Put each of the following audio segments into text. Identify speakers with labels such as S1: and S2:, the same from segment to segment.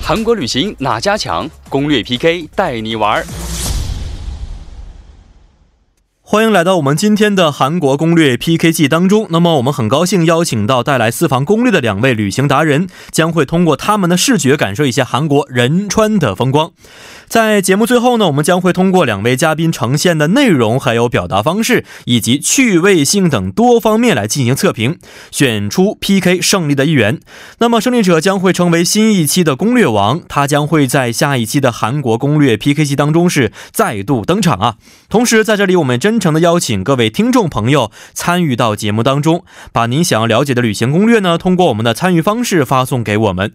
S1: 韩国旅行哪家强？攻略 PK 带你玩儿。
S2: 欢迎来到我们今天的韩国攻略 PK 季当中。那么，我们很高兴邀请到带来私房攻略的两位旅行达人，将会通过他们的视觉感受一下韩国仁川的风光。在节目最后呢，我们将会通过两位嘉宾呈现的内容、还有表达方式以及趣味性等多方面来进行测评，选出 PK 胜利的一员。那么胜利者将会成为新一期的攻略王，他将会在下一期的韩国攻略 PK 期当中是再度登场啊！同时，在这里我们真诚的邀请各位听众朋友参与到节目当中，把您想要了解的旅行攻略呢，通过我们的参与方式发送给我们。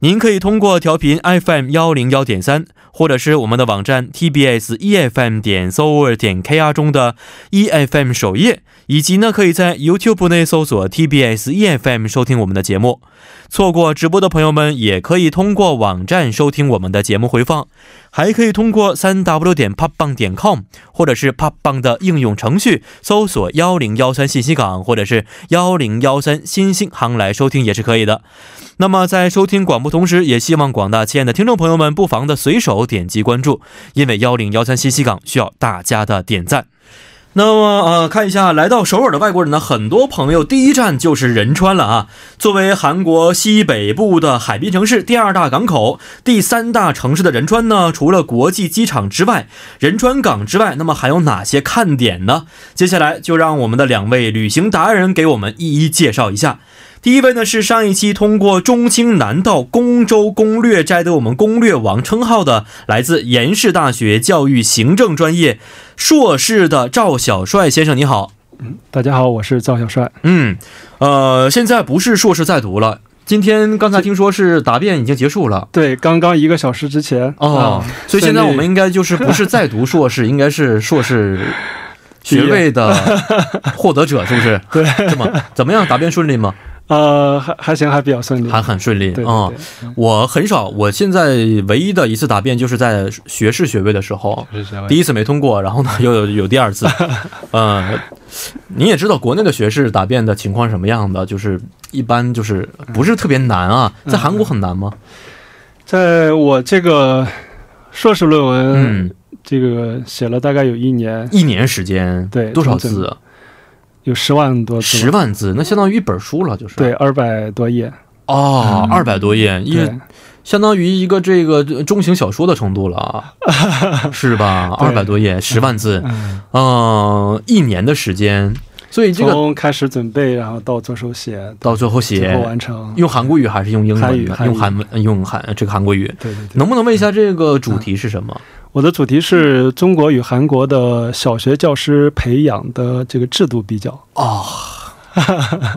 S2: 您可以通过调频 FM 幺零幺点三，或者是我们的网站 TBS EFM E 点 s o u r 点 KR 中的 EFM 首页，以及呢可以在 YouTube 内搜索 TBS EFM E 收听我们的节目。错过直播的朋友们，也可以通过网站收听我们的节目回放，还可以通过三 W 点 p o p b a n g 点 com 或者是 p o p b a n g 的应用程序搜索幺零幺三信息港或者是幺零幺三新星航来收听也是可以的。那么在收听广播同时，也希望广大亲爱的听众朋友们不妨的随手点击关注，因为幺零幺三信息港需要大家的点赞。那么呃，看一下来到首尔的外国人呢，很多朋友第一站就是仁川了啊。作为韩国西北部的海滨城市、第二大港口、第三大城市的仁川呢，除了国际机场之外，仁川港之外，那么还有哪些看点呢？接下来就让我们的两位旅行达人给我们一一介绍一下。第一位呢是上一期通过中青南道宫州攻略摘得我们攻略王称号的，来自延世大学教育行政专业硕士的赵小帅先生，你好。
S3: 大家好，我是赵小帅。
S2: 嗯，呃，现在不是硕士在读了，今天刚才听说是答辩已经结束了。
S3: 对，刚刚一个小时之前
S2: 哦，
S3: 啊
S2: 所以现在我们应该就是不是在读硕士，应该是硕士学位的获得者，是不 是？对，这么怎么样？答辩顺利吗？
S3: 呃，还还行，还比较顺利。
S2: 还很顺利啊、
S3: 对对
S2: 嗯
S3: 对
S2: 我很少，我现在唯一的一次答辩就是在学士学位的时候，第
S3: 一，
S2: 一次没通过，然后呢又有有第二 次。呃，你也知道国内的学士答辩的情况是什么样的，就是一般就是不是特别难啊，
S3: 嗯
S2: 在韩国很难吗？
S3: 在我这个硕士论文、
S2: 嗯，
S3: 这个写了大概有一年，
S2: 一年时间
S3: 对
S2: 多少
S3: 整整
S2: 字啊？
S3: 有十万多字，
S2: 十万字，那相当于一本书了，就是
S3: 对，二百多页，
S2: 哦，二百多页，一
S3: 对
S2: 相当于一个这个中型小说的程度了啊， 是吧？二
S3: 对
S2: 百多页，十万 字，
S3: 嗯，
S2: 嗯、一年的时间，所以这个
S3: 从开始准备，然后到做手写，
S2: 到最后
S3: 最后
S2: 写
S3: 完成。
S2: 用韩国语还是用英
S3: 嗯韩
S2: 文
S3: 语
S2: 呢？
S3: 韩语
S2: 用韩文，用韩这个韩国语，
S3: 对对对，
S2: 能不能问一下这个主题是什么？
S3: 我的主题是中国与韩国的小学教师培养的这个制度比较。
S2: 哦，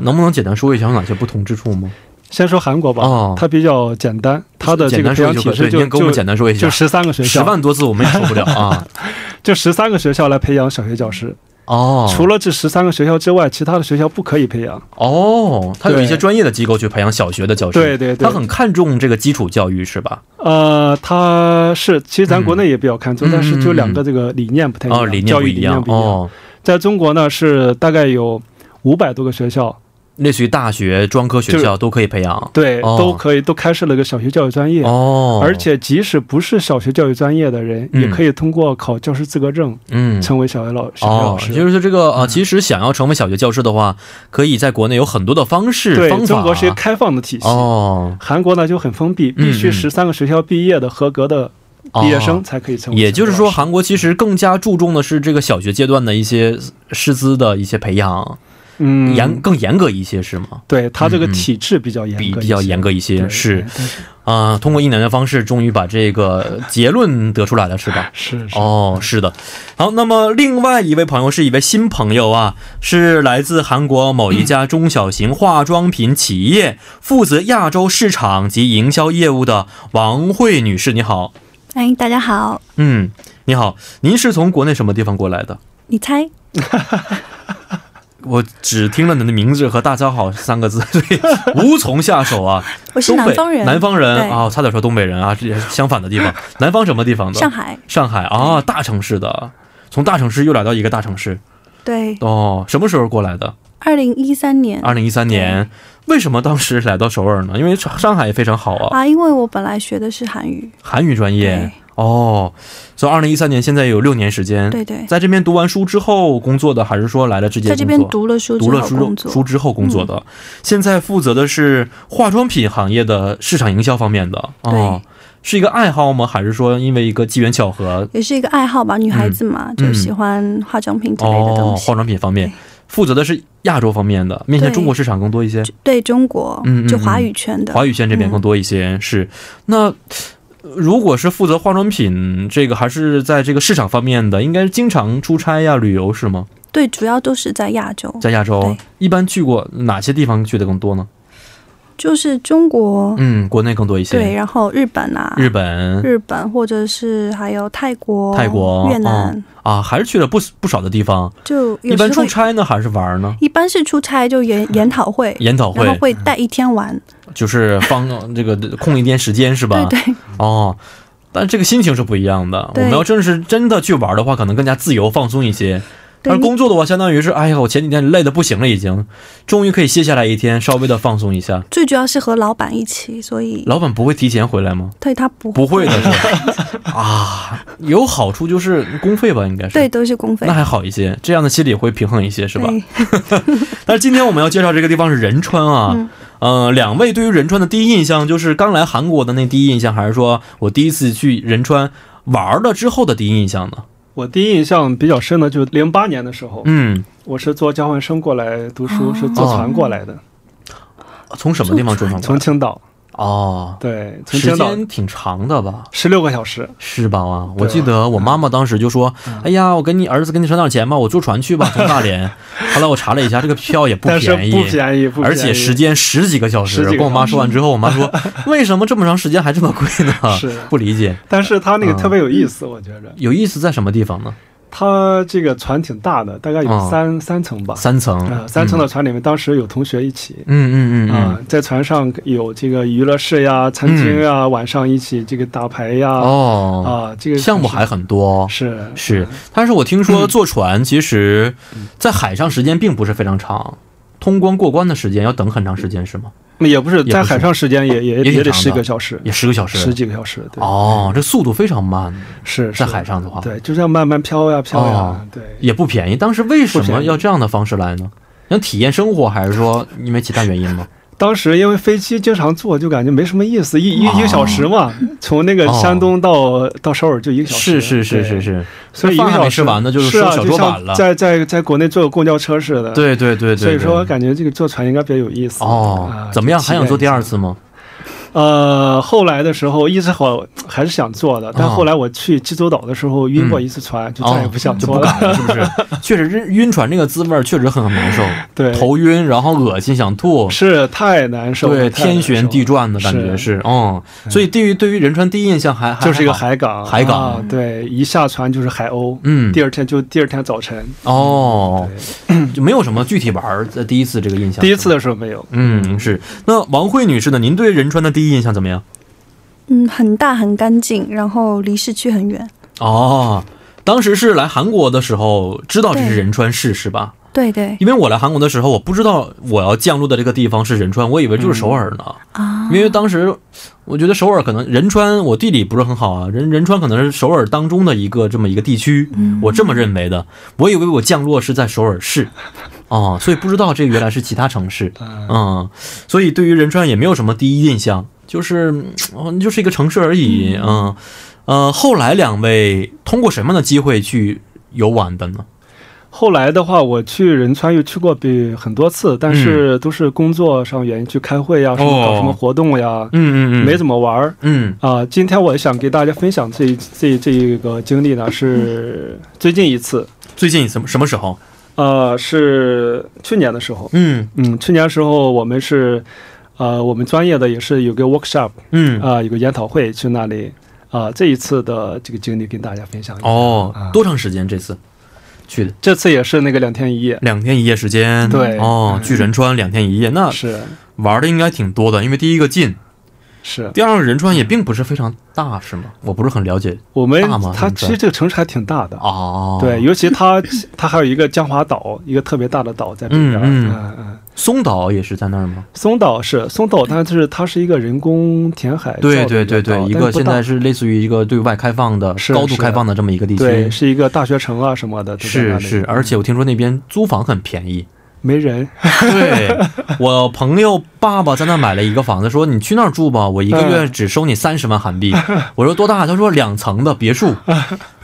S2: 能不能简单说一下有哪些不同之处吗？
S3: 先说韩国吧，
S2: 哦
S3: 它比较简单，它的这
S2: 简
S3: 个
S2: 单
S3: 培
S2: 说
S3: 养
S2: 一下
S3: 体
S2: 对，
S3: 制
S2: 您
S3: 就
S2: 给我们
S3: 就
S2: 简单说一下
S3: 就。十三个学
S2: 十
S3: 校，
S2: 万多字我们也受不了啊！
S3: 就十三个学校来培养小学教师。
S2: 哦，
S3: 除了这十三个学校之外，其他的学校不可以培养。
S2: 哦，他有一些
S3: 对
S2: 专业的机构去培养小学的教师，
S3: 对对对
S2: 他很看重这个基础教育是吧？
S3: 呃，它是其实咱国内也比较看重，
S2: 嗯
S3: 但是就两个这个理念不太一样，
S2: 哦，理念
S3: 教
S2: 不
S3: 育理
S2: 一
S3: 念
S2: 样
S3: 不一样。
S2: 哦，
S3: 在中国呢，是大概有五百多个学校，
S2: 类似于大学、专科学
S3: 就
S2: 校都可以培养
S3: 对，
S2: 哦
S3: 都可以都开设了一个小学教育专业。
S2: 哦，
S3: 而且，即使不是小学教育专业的人，
S2: 嗯
S3: 也可以通过考教师资格证
S2: 嗯。
S3: 成为小学老小学
S2: 哦
S3: 老，师。嗯
S2: 就是这个呃，其实想要成为小学教师的话，可以在国内有很多的方式
S3: 对
S2: 方，法。啊
S3: 中国是一个开放的体系，
S2: 哦，
S3: 韩国呢就很封闭，必须
S2: 嗯嗯
S3: 十三个学校毕业的合格的
S2: 哦
S3: 毕业生，才可以成为小学老师。
S2: 也就是说，韩国其实更加注重的是这个小学阶段的一些师资的一些培养，
S3: 嗯，
S2: 严更严格一些是吗？
S3: 对它这个
S2: 嗯嗯
S3: 体制比较严格一
S2: 比
S3: 些，
S2: 比较严格一
S3: 对，
S2: 些是
S3: 对对
S2: 啊、通过一年的方式，终于把这个结论得出来了，是吧？
S3: 是是
S2: 哦，是的。好，那么另外一位朋友是一位新朋友啊，是来自韩国某一家中小型化妆品企业，负责亚洲市场及营销业务的王慧女士，你好。
S4: 哎，大家好，
S2: 嗯，你好，您是从国内什么地方过来的？
S4: 你猜？
S2: 我只听了您的名字和“大家好”三个字，所以无从下手啊。
S4: 我 是
S2: 东北
S4: 南方人，
S2: 南方人
S4: 对
S2: 啊、差点说东北人啊，这也是相反的地方。南方什么地方的？
S4: 上海，
S2: 上海啊、大城市的。从大城市又来到一个大城市
S4: 对，
S2: 哦，什么时候过来的？
S4: 二零一三年
S2: 二零一三年。为什么当时来到首尔呢？因为上上海也非常好啊，
S4: 啊，因为我本来学的是韩语，
S2: 韩语专业
S4: 对
S2: 哦。所以二零一三年现在有六年时间。
S4: 对对，
S2: 在这边读完书之后工作的，还是说来了直接
S4: 在这
S2: 工
S4: 边
S2: 作？
S4: 读了书之
S2: 读了
S4: 后工
S2: 书
S4: 作，嗯
S2: 书之后工作的、现在负责的是化妆品行业的市场营销方面的哦
S4: 对，
S2: 是一个爱好吗？还是说因为一个机缘巧合
S4: 也是一个爱好吧，女孩子嘛，就喜欢化妆品之类的
S2: 嗯哦？
S4: 东西。
S2: 化妆品方面
S4: 对
S2: 负责的是亚洲方面的，面向
S4: 对
S2: 中国市场更多一些，
S4: 就对中国，
S2: 嗯嗯
S4: 就华语圈的，嗯
S2: 华语圈这边更多一些。是那。呃如果是负责化妆品这个，还是在这个市场方面的，应该是经常出差呀、旅游是吗？
S4: 对，主要都是在亚洲，
S2: 在亚洲
S4: 哦对，
S2: 一般去过哪些地方去的更多呢？
S4: 就是中国，
S2: 嗯，国内更多一些。
S4: 对，然后日本啊，
S2: 日本、
S4: 日本或者是还有泰国、
S2: 泰国
S4: 越南，
S2: 啊，还是去了不不少的地方。
S4: 就有
S2: 一般
S4: 时候
S2: 出差呢，还是玩儿呢？
S4: 一般是出差 就研研讨会，
S2: 研讨哦
S4: 然
S2: 会
S4: 后会带一天玩，
S2: 就是方这个空一天时间是吧？
S4: 对对
S2: 哦，但这个心情是不一样的。我
S4: 对
S2: 们要真是真的去玩儿的话，可能更加自由放松一些。 但
S4: 对
S2: 是
S4: 你，
S2: 工作的话，相当于是，哎呀，我前几天累的不行了，已经，终于可以歇下来一天，稍微的放松一下。
S4: 最主要是和老板一起，所以
S2: 老板不会提前回来吗？
S4: 对他不
S2: 不会的是吧啊，有好处就是公费吧，应该是。
S4: 对，都是公费
S2: 那还好一些，这样的心理会平衡一些，是吧？
S4: 对
S2: 但是今天我们要介绍这个地方是仁川啊，嗯、呃，两位对于仁川的第一印象就是刚来韩国的那第一印象，还是说我第一次去仁川玩了之后的第一印象呢？
S3: 我第一印象比较深的，就是零八年的时候，
S2: 嗯，
S3: 我是做交换生过来读书，
S4: 哦
S3: 是坐船过来
S2: 哦
S3: 的，
S2: 从什么地方转上
S3: 从
S2: 来？
S3: 青岛，
S2: 哦，
S3: 对，从
S2: 时
S3: 青岛
S2: 间挺长的吧？
S3: 十六个小时，
S2: 是吧？啊，我
S3: 对嗯
S2: 记得我妈妈当时就说：“哎呀，我给你儿子给你省点钱吧，我坐船去吧，从 大连。”后来我查了一下，这个票也不
S3: 但是
S2: 便宜，
S3: 不便宜，不便
S2: 而
S3: 宜，
S2: 且时间十几个小时。
S3: 十几个小时
S2: 跟我妈说完之后，我妈 说：“为什么这么长时间还这么贵呢？”
S3: 是
S2: 不理解。
S3: 但是它那个
S2: 啊嗯
S3: 特别有意思，我觉着
S2: 有意思在什么地方呢？
S3: 它这个船挺大的，大概
S2: 哦
S3: 有三三层吧，
S2: 三层，
S3: 呃，三层的船里面，当时有同学一起。
S2: 嗯嗯，嗯嗯
S3: 啊
S2: 嗯，
S3: 在船上有这个娱乐室呀、餐厅呀，晚上一起这个打牌呀，
S2: 嗯，哦，
S3: 啊，这个
S2: 项目还很多。
S3: 是
S2: 是，但是我听说坐船其实，在海上时间并不是非常长，通关过关的时间要等很长时间，是吗？
S3: 也不是
S2: 不是
S3: 在海上时间也也
S2: 也挺
S3: 也得
S2: 长
S3: 十
S2: 的
S3: 个小时，
S2: 也十个小
S3: 十
S2: 时。
S3: 几个小时，对，
S2: 哦，这速度非常慢，
S3: 是
S2: 在
S3: 是
S2: 海上的话，
S3: 对，就这样慢慢飘呀飘
S2: 哦
S3: 呀，对，
S2: 也不便宜。当时为什
S3: 不
S2: 么
S3: 便宜
S2: 要这样的方式来呢？想体验生活，还是说因为其他原因吗？
S3: 当时因为飞机经常坐，就感觉没什么意思，一一
S2: 哦
S3: 一个小时嘛，从那个
S2: 哦
S3: 山东到到首尔就一个小
S2: 是是
S3: 时，
S2: 是
S3: 对
S2: 是，是，
S3: 所以一
S2: 饭
S3: 个
S2: 还没
S3: 小
S2: 吃
S3: 时
S2: 完呢就是
S3: 是
S2: 说
S3: 啊，
S2: 小
S3: 就
S2: 桌
S3: 像
S2: 板了
S3: 在在在国内坐公交车似的，，
S2: 对对对对。
S3: 所以说
S2: 对
S3: 感觉这个坐船应该比较有意思
S2: 哦，怎么样？还想做第二？
S3: 啊
S2: 次 吗？
S3: 呃，后来的时候一直好还是想做的，但后来我去济州岛的时候晕过一次船，就再也
S2: 哦，
S3: 不想
S2: 就不
S3: 做了。
S2: 敢了，是不是？确实，晕晕船这个滋味儿确实很很难受。
S3: 对，
S2: 头晕，然后恶心，想吐，
S3: 是太难受了，
S2: 对，
S3: 太难
S2: 天旋
S3: 受
S2: 地
S3: 了，
S2: 转的感觉是，嗯，所以对于对于仁川第一印象还还
S3: 就是一个
S2: 还好，
S3: 海港，
S2: 海港
S3: 啊对，一下船就是海鸥，
S2: 嗯，
S3: 第二天就第二天早晨，
S2: 哦，
S3: 对
S2: 就没有什么具体玩儿在第一次这个印象，
S3: 第一次，的时候没有，
S2: 嗯，是。那王慧女士呢？您对仁川的第一印象怎么样？
S4: 嗯，很大很干净，然后离市区很远。
S2: 哦。当时是来韩国的时候，知道这是
S4: 对
S2: 仁川市是吧？
S4: 对对
S2: 因为我来韩国的时候，我不知道我要降落的这个地方是仁川，我以为就是首尔呢。
S4: 啊，
S2: 因为当时我觉得首尔可能仁川，我地理不是很好啊，仁仁川可能是首尔当中的一个这么一个地区，
S4: 嗯
S2: 我这么认为的。我以为我降落是在首尔市，哦，所以不知道这原来是其他城市，嗯，所以对于仁川也没有什么第一印象，就是嗯哦就是一个城市而已，嗯，呃，后来两位通过什么样的机会去游玩的呢？
S3: 后来的话，我去仁川又去过比很多次，但
S2: 嗯
S3: 是都是工作上原因去开会呀，什么搞什么活动呀，
S2: 哦嗯嗯嗯，
S3: 没怎么玩儿。
S2: 嗯
S3: 啊、今天我想给大家分享这一这这一个经历
S2: 嗯
S3: 呢，是最近一次，
S2: 最近什么什么时候？
S3: 呃，是去年的时候，
S2: 嗯
S3: 嗯，去年的时候我们是，呃，我们专业的也是有个 workshop
S2: 嗯
S3: 啊、有个研讨会去那里，啊、这一次的这个经历跟大家分享一下。
S2: 哦
S3: 啊，
S2: 多长时间这次去的？
S3: 这次也是那个两天一夜，啊
S2: 两天一夜时间，
S3: 对
S2: 哦，
S3: 嗯
S2: 去仁川两天一夜，那
S3: 是
S2: 玩的应该挺多的，因为第一个近，
S3: 是，
S2: 第二个仁川也并不是非常大，是吗？我不是很了解
S3: 我们
S2: 大吗
S3: 它
S2: 你们
S3: 其实这个城市还挺大的，
S2: 哦。
S3: 对，，尤其它它还有一个江华岛，一个特别大的岛在边边儿，
S2: 嗯嗯
S3: 嗯嗯，
S2: 松岛也是在那儿吗？
S3: 松岛是松岛，但是它是一个人工填海造的
S2: 对
S3: 一个
S2: 对对对，
S3: 岛
S2: 一
S3: 但
S2: 个
S3: 是不
S2: 现
S3: 大
S2: 在是类似于一个对外开放的、
S3: 是
S2: 高度开放的这么一个地
S3: 对
S2: 区。
S3: 是一个大学城啊什么的，都在那
S2: 是
S3: 里
S2: 是，而且我听说那边租房很便宜。
S3: 没人，
S2: 对我朋友爸爸在那买了一个房子，说你去那儿住吧，我一个
S3: 嗯
S2: 月只收你三十万韩 币。我说多大？他说两层的别墅，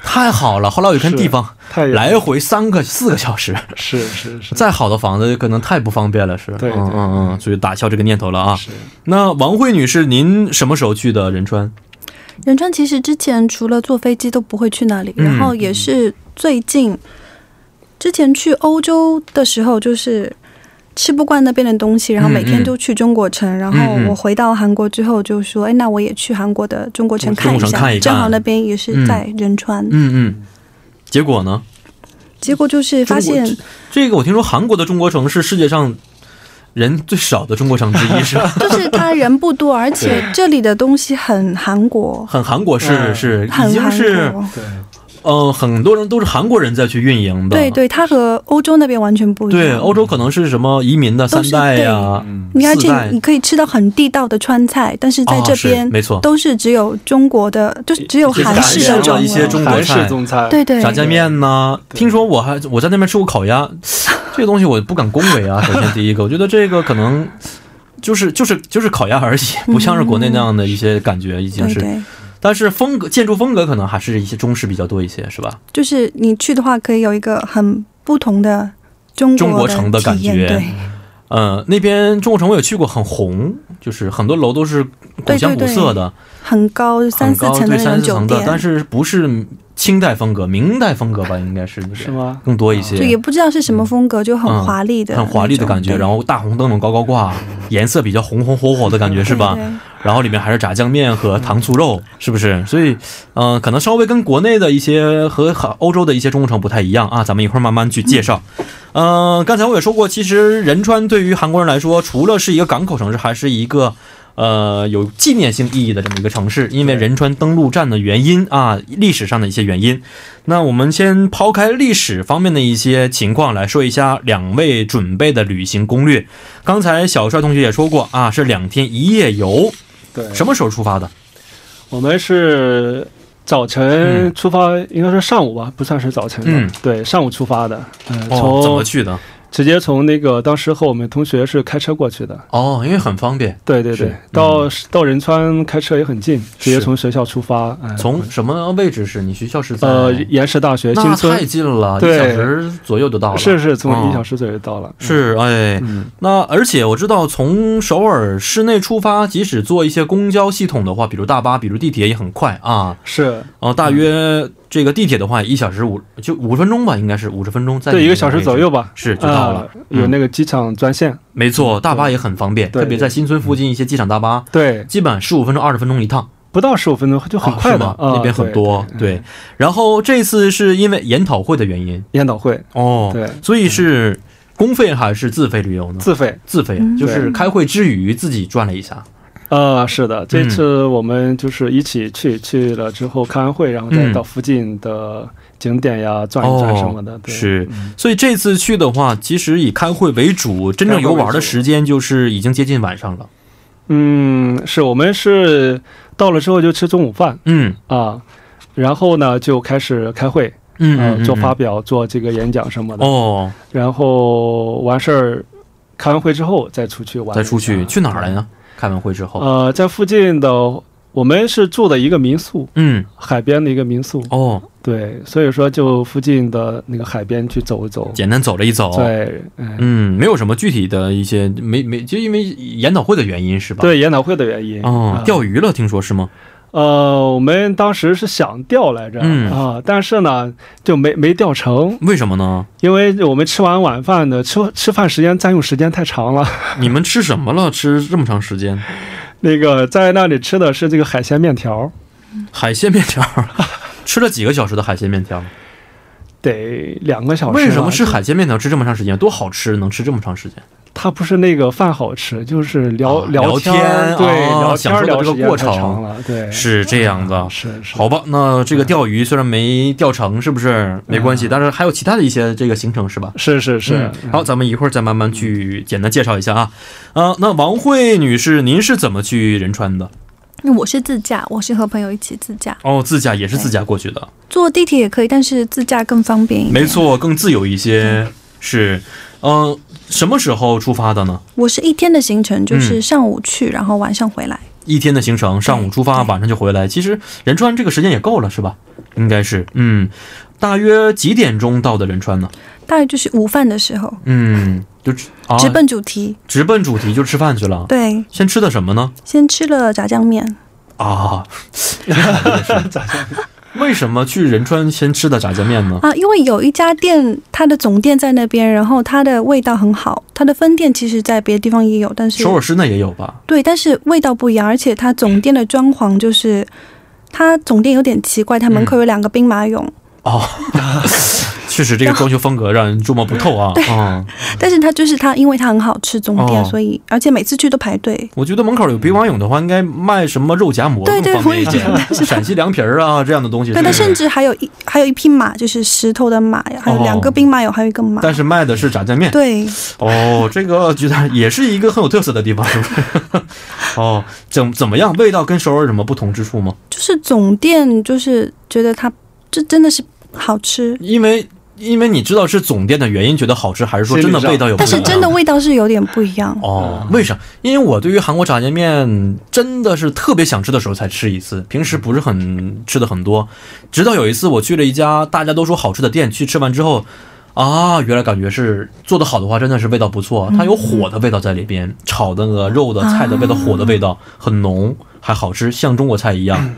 S2: 太好了。后来我一看
S3: 是
S2: 地方，
S3: 太远
S2: 来哦回三个四个小时，
S3: 是是是
S2: 再好的房子可能太不方便了，是。
S3: 对对
S2: 嗯嗯嗯，所以打消这个念头了啊。
S3: 是
S2: 那王慧女士，您什么时候去的仁川？
S4: 仁川其实之前除了坐飞机都不会去那里，
S2: 嗯
S4: 然后也是最近，之前去欧洲的时候就是。吃不惯那边的东西，然后每
S2: 嗯
S4: 天就去中国城。然后我回到韩国之后就说：“哎，那我也去韩国的中国城看一
S2: 哦中国城
S4: 下，
S2: 看一看
S4: 正好那边也是在仁川。
S2: 嗯嗯。结果呢？
S4: 结果就是发现
S2: 中，这个我听说韩国的中国城是世界上人最少的中国城之一，是吧？
S4: 就是他人不多，而且这里的东西很韩国，
S2: 很韩国是
S3: 嗯
S2: 是，已
S4: 很
S2: 经
S4: 韩
S2: 是
S4: 国。
S3: 对
S2: 呃，很多人都是韩国人在去运营的。
S4: 对对，它和欧洲那边完全不一
S2: 嗯
S4: 样。
S2: 对，欧洲可能是什么移民的
S4: 都
S2: 三
S4: 是
S2: 代呀、
S4: 你而
S2: 四代
S4: 且你可以吃到很地道的川菜，但是在
S2: 哦
S4: 这
S2: 是
S4: 边
S2: 没错，
S4: 都是只有中国的，就是只有
S2: 一些
S4: 韩式
S2: 感
S4: 的
S2: 染
S4: 中
S2: 了一些中
S4: 文。
S2: 国
S3: 韩
S2: 菜
S3: 式中餐，
S4: 对对
S2: 炸酱面呐、
S3: 对
S2: 听说我还我在那边吃过烤 鸭，这个东西我不敢恭维啊。首先第一个，我觉得这个可能就是就是就是烤鸭而已，不像是国内那样的一些感觉，已经
S4: 嗯对
S2: 是。
S4: 对，
S2: 但是风格建筑风格可能还是一些中式比较多一些，是吧？
S4: 就是你去的话，可以有一个很不同的中
S2: 中国
S4: 国
S2: 城的感
S4: 体验
S2: 觉
S4: 对
S2: 呃，那边中国城我也去过，很红，就是很多楼都是古香古色的，
S4: 很高，三
S2: 很
S4: 四
S2: 高，
S4: 层
S2: 对，
S4: 的那
S2: 三
S4: 种
S2: 四层
S4: 酒
S2: 的，但
S4: 店，
S2: 是不是清代风格，明代风格吧，应该是那边
S3: 是吗？
S2: 更多一
S4: 就也
S2: 些，
S4: 不知道是什么风格，就很华丽的那
S2: 嗯很
S4: 种，
S2: 华丽的感觉，
S4: 对
S2: 然后大红灯笼高高挂，颜色比较红红火火的感觉是吧？
S4: 对对
S2: 然后里面还是炸酱面和糖醋肉，是不是？所以，嗯、可能稍微跟国内的一些和和欧洲的一些中国城不太一样啊，咱们一会儿慢慢去介绍。嗯、刚才我也说过，其实仁川对于韩国人来说，除了是一个港口城市，还是一个。呃，有纪念性意义的这么一个城市，因为仁川登陆战的原因啊，历史上的一些原因。那我们先抛开历史方面的一些情况来说一下两位准备的旅行攻略。刚才小帅同学也说过啊，是两天一夜游。
S3: 对，
S2: 什么时候出发的？
S3: 我们是早晨出发，应该说上午吧，不算是早晨了。
S2: 嗯
S3: 对，上午出发的，嗯、
S2: 哦，怎么
S3: 从
S2: 去的？
S3: 直接从那个当时和我们同学是开车过去的，
S2: 哦，因为很方便，
S3: 对对
S2: 是
S3: 对
S2: 嗯，
S3: 到、到仁川开车也很近，直接从学校出发，嗯、
S2: 从什么位置是？你学校是在
S3: 呃延石大学
S2: 那
S3: 新
S2: 太
S3: 村，
S2: 近了，一
S3: 对
S2: 小时左右就到了。
S3: 是是，从
S2: 哦
S3: 一小时左右到了，
S2: 是，哎，
S3: 嗯，
S2: 那而且我知道，从首尔市内出发，即使坐一些公交系统的话，比如大巴、比如地铁，也很快啊。
S3: 是
S2: 然后大约这个地铁的话，一小时五就五十分钟吧，应该是五十分钟，在
S3: 对
S2: 你
S3: 一个
S2: 这
S3: 小时
S2: 位置
S3: 左右吧，
S2: 是就到了。嗯
S3: 啊有那个机场专线，
S2: 没错，大巴也很方便，
S3: 对
S2: 特别在新村附近一些机场大巴，
S3: 对，
S2: 基本十五分钟、二十分钟一趟。
S3: 不到十五分钟就很快的，
S2: 啊是吗
S3: 啊
S2: 那边很多
S3: 对嗯
S2: 对。然后这次是因为研讨会的原因
S3: 研讨会，
S2: 哦，
S3: 对，
S2: 所以是公费还是自费旅游呢？
S3: 自费。
S2: 自费啊
S4: 嗯
S2: 就是开会之余自己转了一下，嗯
S3: 呃，是的，这次我们就是一起去，去了之后开完会，然后再
S2: 嗯
S3: 到附近的景点呀转一转什么的。
S2: 哦
S3: 对，嗯
S2: 是。所以这次去的话，其实以开会为主，真正游玩的时间就是已经接近晚上了。
S3: 嗯，是我们是到了之后就吃中午饭
S2: 嗯
S3: 啊，然后呢就开始开会，
S2: 嗯
S3: 呃，
S2: 嗯，
S3: 做发
S2: 嗯
S3: 表、做这个演讲什么的，
S2: 哦，
S3: 然后完事儿，开完会之后再出去玩，
S2: 哦
S3: 啊
S2: 再出去去哪儿了？呢？开完会之后，
S3: 呃，在附近的我们是住的一个民宿，
S2: 嗯，
S3: 海边的一个民宿，
S2: 哦，
S3: 对，所以说就附近的那个海边去走一走。
S2: 简单走了一走，，
S3: 对，嗯，
S2: 哦嗯，没有什么具体的一些，没没，就因为研讨会的原因是吧？，
S3: 对研讨会的原因。
S2: 哦，
S3: 啊
S2: 钓鱼了，听说是吗？
S3: 呃，我们当时是想钓来着，
S2: 嗯
S3: 啊，但是呢就没没钓成，
S2: 为什么呢？
S3: 因为我们吃完晚饭的吃吃饭时间占用时间太长了。
S2: 你们吃什么了？吃这么长时 间？
S3: 那个在那里吃的是这个海鲜面条，
S2: 海鲜面条， 吃了几个小时的海鲜面条？
S3: 得两个小时吧。啊
S2: 为什么吃海鲜面条吃这么长时间？多好吃，能吃这么长时间？
S3: 它不是那个饭好吃，就是聊、
S2: 啊
S3: 聊
S2: 聊天
S3: 儿对，
S2: 哦
S3: 聊天
S2: 享
S3: 儿
S2: 受
S3: 聊
S2: 这个
S3: 时间
S2: 过
S3: 太
S2: 程
S3: 长了，对，
S2: 是这样的。
S3: 是是，
S2: 好吧，那这个钓鱼虽然没钓成，是不是没关系？但是还有其他的一些这个行嗯程，是吧？
S3: 是是是，
S2: 嗯好，咱们一会儿再慢慢去简单介绍一下啊。啊，那王慧女士，您是怎么去仁川的？
S4: 那我是自驾，我是和朋友一起自驾，
S2: 哦，自驾也是自驾过去的，
S4: 坐地铁也可以，但是自驾更方便一点。
S2: 没，错，更自由一些。是，嗯、什么时候出发的呢？
S4: 我是一天的行程，就
S2: 嗯
S4: 是上午去，然后晚上回来。
S2: 一天的行程，上午出发，
S4: 对
S2: 晚上就回来。其实仁川这个时间也够了，是吧？应该是，嗯，大约几点钟到的仁川呢？
S4: 大概就是午饭的时候，
S2: 嗯，就直啊，
S4: 直奔主题。
S2: 直奔主题就吃饭去了。
S4: 对，
S2: 先吃的什么呢？
S4: 先吃了炸酱面，
S2: 啊， 为什么去仁川先吃的炸酱面呢？
S4: 啊，因为有一家店，它的总店在那边，然后它的味道很好，它的分店其实在别的地方也有，但是
S2: 首尔市内也有吧？
S4: 对，但是味道不一样，而且它总店的装潢就是。它总店有点奇怪，它门
S2: 嗯
S4: 口有两个兵马俑，
S2: 哦，确实这个装修风格让人捉摸不透啊。嗯，
S4: 但是它就是它，因为它很好吃，总店，
S2: 哦
S4: 所以而且每次去都排队。
S2: 我觉得门口有兵马俑的话，应该卖什么肉夹馍
S4: 对
S2: 更
S4: 对
S2: 方便一点
S4: 我也觉，得
S2: 陕西凉皮儿啊这样的东西。
S4: 对，
S2: 是
S4: 它
S2: 不是
S4: 甚至还有一还有一匹马，就是石头的马呀，还有两个
S2: 哦
S4: 兵马俑，还有一个马。
S2: 但是卖的是炸酱面。
S4: 对，
S2: 哦，这个觉得也是一个很有特色的地方，是不是？ 哦，怎怎么样？味道跟首尔有什么不同之处吗？
S4: 就是总店，就是觉得它这真的是好吃，
S2: 因为因为你知道是总店的原因，觉得好吃，还是说真的
S3: 心理上
S2: 味道有不
S4: 但
S2: 一
S4: 是
S2: 样？
S4: 真的味道是有点不一样。
S2: 哦，为啥？因为我对于韩国炸酱面真的是特别想吃的时候才吃一次，平时不是很吃的很多。直到有一次我去了一家大家都说好吃的店，去吃完之后，啊，原来感觉是做的好的话，真的是味道不错，
S4: 嗯
S2: 它有火的味道在里边，炒的那个肉的菜的味道，火的味道很浓，还好吃，像中国菜一样。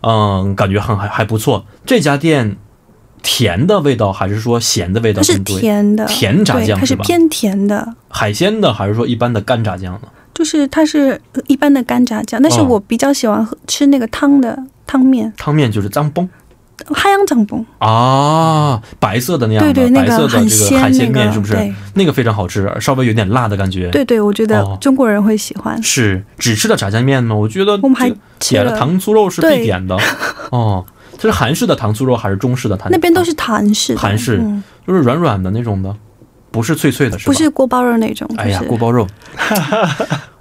S2: 嗯，感觉很还还不错。这家店甜的味道还是说咸的味道
S4: 它是
S2: 更多一点？
S4: 甜的，
S2: 甜炸
S4: 对，
S2: 酱
S4: 它
S2: 是
S4: 是
S2: 吧
S4: 偏甜的，
S2: 海鲜的还是说一般的干炸酱呢？
S4: 就是它是呃一般的干炸酱，但是
S2: 哦
S4: 我比较喜欢喝吃那个汤的汤面，
S2: 汤面就是脏崩
S4: 哈洋帐篷，
S2: 啊，白色的那样的，
S4: 对对，那
S2: 白色的
S4: 很
S2: 这个
S4: 鲜
S2: 海鲜
S4: 那
S2: 面
S4: 个，
S2: 是不是？
S4: 对
S2: 那个非常好吃，稍微有点辣的感觉。，
S4: 对对，我觉得
S2: 哦
S4: 中国人会喜欢。
S2: 是只吃的炸酱面吗？我觉得
S4: 我们还
S2: 这个
S4: 吃
S2: 点了
S4: 了，
S2: 糖醋肉是必
S4: 对
S2: 点的。 哦，这是韩式的糖醋肉还是中式的糖？
S4: 那边都是韩式的，
S2: 韩式
S4: 嗯
S2: 就是软软的那种的，不是脆脆的，是吧？
S4: 不是锅包肉那种，就
S2: 哎呀，锅
S4: 是
S2: 包肉。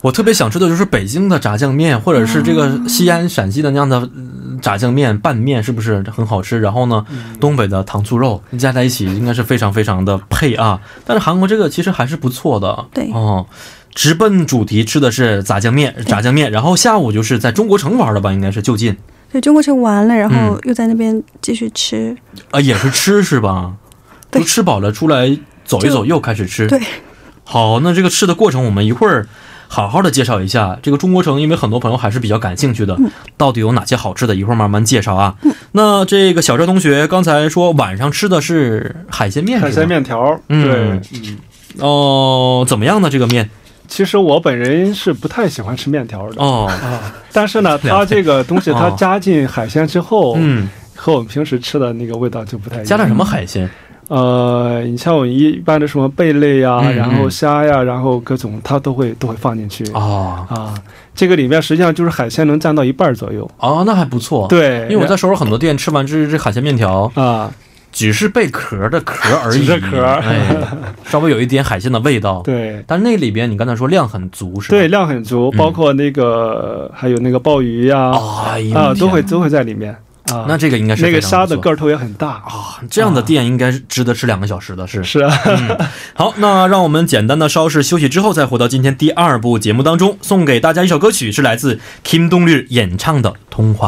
S2: 我特别想吃的就是北京的炸酱面，或者是这个
S4: 嗯
S2: 西安、陕西的那样的嗯炸酱面、拌面，是不是很好吃？然后呢，
S4: 嗯
S2: 东北的糖醋肉加在一起，应该是非常非常的配啊。但是韩国这个其实还是不错的，
S4: 对
S2: 哦。直奔主题，吃的是炸酱面，炸酱面。然后下午就是在中国城玩的吧，应该是就近
S4: 对中国城完了，然
S2: 嗯
S4: 后又在那边继续吃，
S2: 啊、也是吃是吧？
S4: 对
S2: 都吃饱了出来走一走，
S4: 就
S2: 又开始吃。
S4: 对，
S2: 好，那这个吃的过程，我们一会儿好好的介绍一下。这个中国城，因为很多朋友还是比较感兴趣的，
S3: 嗯
S2: 到底有哪些好吃的，一会儿慢慢介绍啊。那这个小赵同学刚才说晚上吃的是海鲜面，
S3: 海鲜面条，
S2: 嗯
S3: 对，
S2: 是吧哦，怎么样呢？这个面
S3: 其实我本人是不太喜欢吃面条的。
S2: 哦，
S3: 啊，但是呢，它这个东西它加进海鲜之后，
S2: 嗯，
S3: 和我们平时吃的那个味道就不太一样。
S2: 加点什么海鲜？
S3: 呃，你像我一一般的什么贝类呀、
S2: 嗯
S3: 然后
S2: 嗯
S3: 虾呀、然后各种它都会都会放进去
S2: 啊、哦、
S3: 啊。这个里面实际上就是海鲜能占到一半儿左右。
S2: 哦，那还不错。，
S3: 对，
S2: 因为我在首尔很多店吃完这这海鲜面条，
S3: 啊，
S2: 只是贝壳的壳而已，
S3: 只是壳
S2: 哎，稍微有一点海鲜的味道。
S3: 对
S2: 哦但是那里边你刚才说量很足，是吧？
S3: 对，量很足，
S2: 嗯
S3: 包括那个、还有那个鲍鱼呀啊
S2: 哎呦，
S3: 都会都会在里面。啊，
S2: 那这个应该是
S3: 那个
S2: 非常
S3: 沙
S2: 不
S3: 的
S2: 错
S3: 个头也很大，
S2: 啊，这样的店应该是值得吃两个小时的，是嗯
S3: 是啊，
S2: 好，那让我们简单的稍事休息之后，再回到今天第二部节目当中，送给大家一首歌曲，是来自 Kim 东日演唱的《通话》。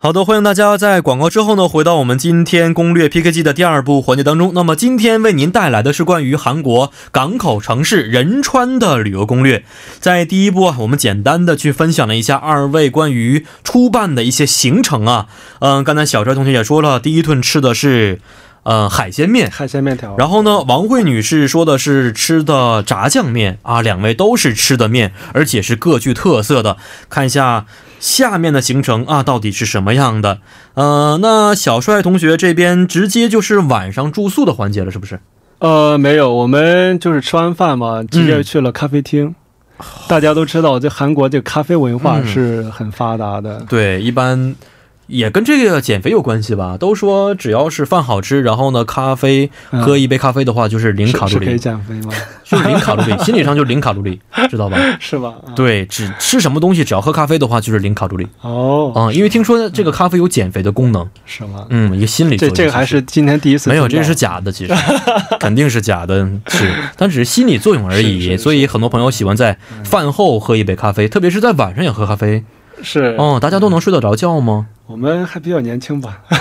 S2: 好的，欢迎大家在广告之后呢，回到我们今天攻略 PKG 的第二部环节当中。那么今天为您带来的是关于韩国港口城市仁川的旅游攻略。在第一步啊，我们简单的去分享了一下二位关于出办的一些行程啊。嗯，刚才小哲同学也说了，第一顿吃的是呃海鲜面，
S3: 海鲜面条，
S2: 然后呢，王慧女士说的是吃的炸酱面啊，两位都是吃的面，而且是各具特色的。看一下下面的行程啊，到底是什么样的？呃，那小帅同学这边直接就是晚上住宿的环节了，是不是？
S3: 呃，没有，我们就是吃完饭嘛，
S2: 嗯
S3: 直接去了咖啡厅。大家都知道，这韩国这个咖啡文化
S2: 嗯
S3: 是很发达的。
S2: 对，一般也跟这个减肥有关系吧。都说只要是饭好吃，然后呢，咖啡
S3: 嗯
S2: 喝一杯咖啡的话，就是零
S3: 是
S2: 卡路
S3: 是可以
S2: 里，
S3: 减肥吗？
S2: 就是零卡路里，心理上就是零卡路里，知道吧？
S3: 是吧？啊，
S2: 对，只吃什么东西，只要喝咖啡的话，就是零卡路里。
S3: 哦，
S2: 啊、因为听说这个咖啡有减肥的功能，
S3: 是吗？
S2: 嗯，一个心理作
S3: 这
S2: 用。
S3: 这个还
S2: 其实
S3: 是今天第一次
S2: 没有，这
S3: 听到
S2: 是假的，其 实肯定是假的，是，但只是心理作用而已。
S3: 是是是
S2: 所以很多朋友喜欢在饭后喝一杯咖啡，特别是在晚上也喝咖啡。
S3: 是
S2: 哦，大家都能睡得着觉吗？
S3: 我们还比较年轻吧？嗯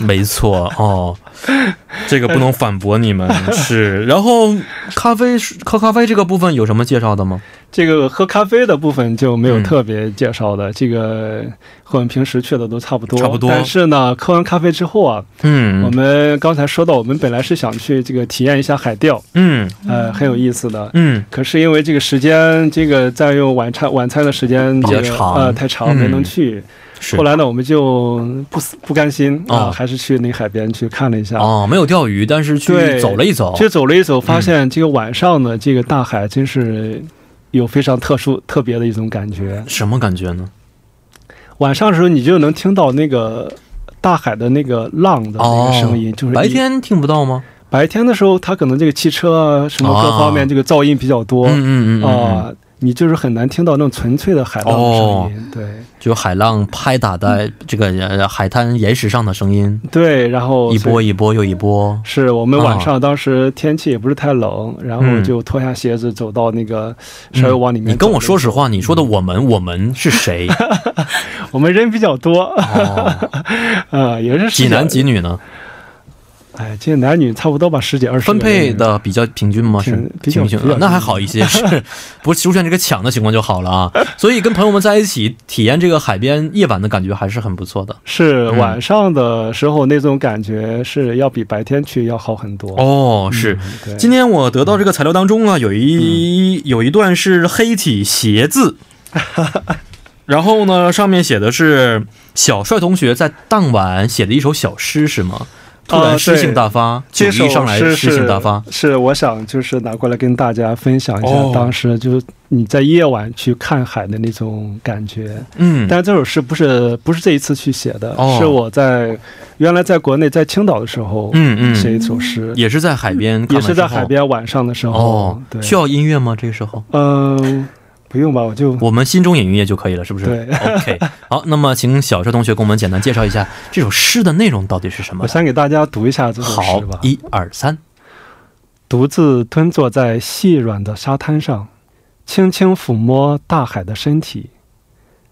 S2: 没错， 哦，这个不能反驳你们是。然后咖啡是喝咖啡这个部分有什么介绍的吗？
S3: 这个喝咖啡的部分就没有
S2: 嗯
S3: 特别介绍的，这个和我们平时去的都差不多。
S2: 差不多
S3: 但是呢，喝完咖啡之后啊，我
S2: 嗯
S3: 们刚才说到，我们本来是想去这个体验一下海钓，
S2: 嗯
S3: 呃，很有意思的。
S2: 嗯，
S3: 可是因为这个时间，这个占用晚餐晚餐的时间
S2: 比较
S3: 这个
S2: 长
S3: 呃，太长
S2: 嗯
S3: 没能去。
S2: 是
S3: 后。来呢，我们就不死不甘心啊、
S2: 哦
S3: 还是去那海边去看了一下。
S2: 哦，没有钓鱼，但是去
S3: 对
S2: 走了一走，
S3: 去走了一走，发现这个晚上的这个大海真是有非常特殊、特别的一种感觉。
S2: 什么感觉呢？
S3: 晚上的时候，你就能听到那个大海的那个浪的那个声音，就是
S2: 哦白
S3: 一
S2: 天听不到吗？
S3: 白天的时候，它可能这个汽车啊什么各
S2: 啊
S3: 方面这个噪音比较多啊、啊
S2: 嗯嗯嗯嗯，
S3: 你就是很难听到那种纯粹的海浪的
S2: 哦
S3: 声音。对
S2: 就海浪拍打在这个呃海滩岩石上的声音，
S3: 对，然后
S2: 一波
S3: 所以
S2: 一波又一波。
S3: 是我们晚
S2: 啊
S3: 上当时天气也不是太冷，然后
S2: 嗯
S3: 就脱下鞋子走到那个稍微往里面、
S2: 你跟我说，实话，你说的我们，我们是谁？
S3: 我们人比较多，
S2: 哦，
S3: 呃，也是十
S2: 几男几女呢？
S3: 哎，这男女差不多吧，十几二十
S2: 分
S3: 个人
S2: 配的比较平均吗？是
S3: 挺比
S2: 挺
S3: 较
S2: 平均
S3: 比较
S2: 啊，那还好一些， 是不是出现这个抢的情况就好了啊？所以跟朋友们在一起体验这个海边夜晚的感觉还是很不错的。
S3: 是
S2: 嗯
S3: 晚上的时候那种感觉是要比白天去要好很多。
S2: 哦，是。
S3: 嗯，对，
S2: 今天我得到这个材料当中啊，有
S3: 嗯
S2: 一、有一段是黑体鞋字，然后呢，上面写的是小帅同学在当晚写的一首小诗，是吗？
S3: 啊
S2: 突然诗性大发，酒
S3: 这首
S2: 意上来
S3: 诗
S2: 诗性大发，
S3: 是是我想就是拿过来跟大家分享一
S2: 哦
S3: 下，当时就是你在夜晚去看海的那种感觉。
S2: 嗯，
S3: 但这首诗不是不是这一次去写的，
S2: 哦
S3: 是我在原来在国内在青岛的时候，
S2: 嗯
S3: 写
S2: 嗯，
S3: 一首诗，
S2: 也是在海边，
S3: 也是在海。边晚上的时候。
S2: 哦，
S3: 对，
S2: 需要音乐吗？这个时候，
S3: 嗯、不用吧，我就
S2: 我们心中有音乐就可以了，是不 是？
S3: 对。
S2: OK，好，那么请小帅同学给我们简单介绍一下这首诗的内容到底是什么
S3: 我。先给大家读一下这首
S2: 好
S3: 诗吧，。
S2: 一二三，
S3: 独自蹲坐在细软的沙滩上，轻轻抚摸大海的身体，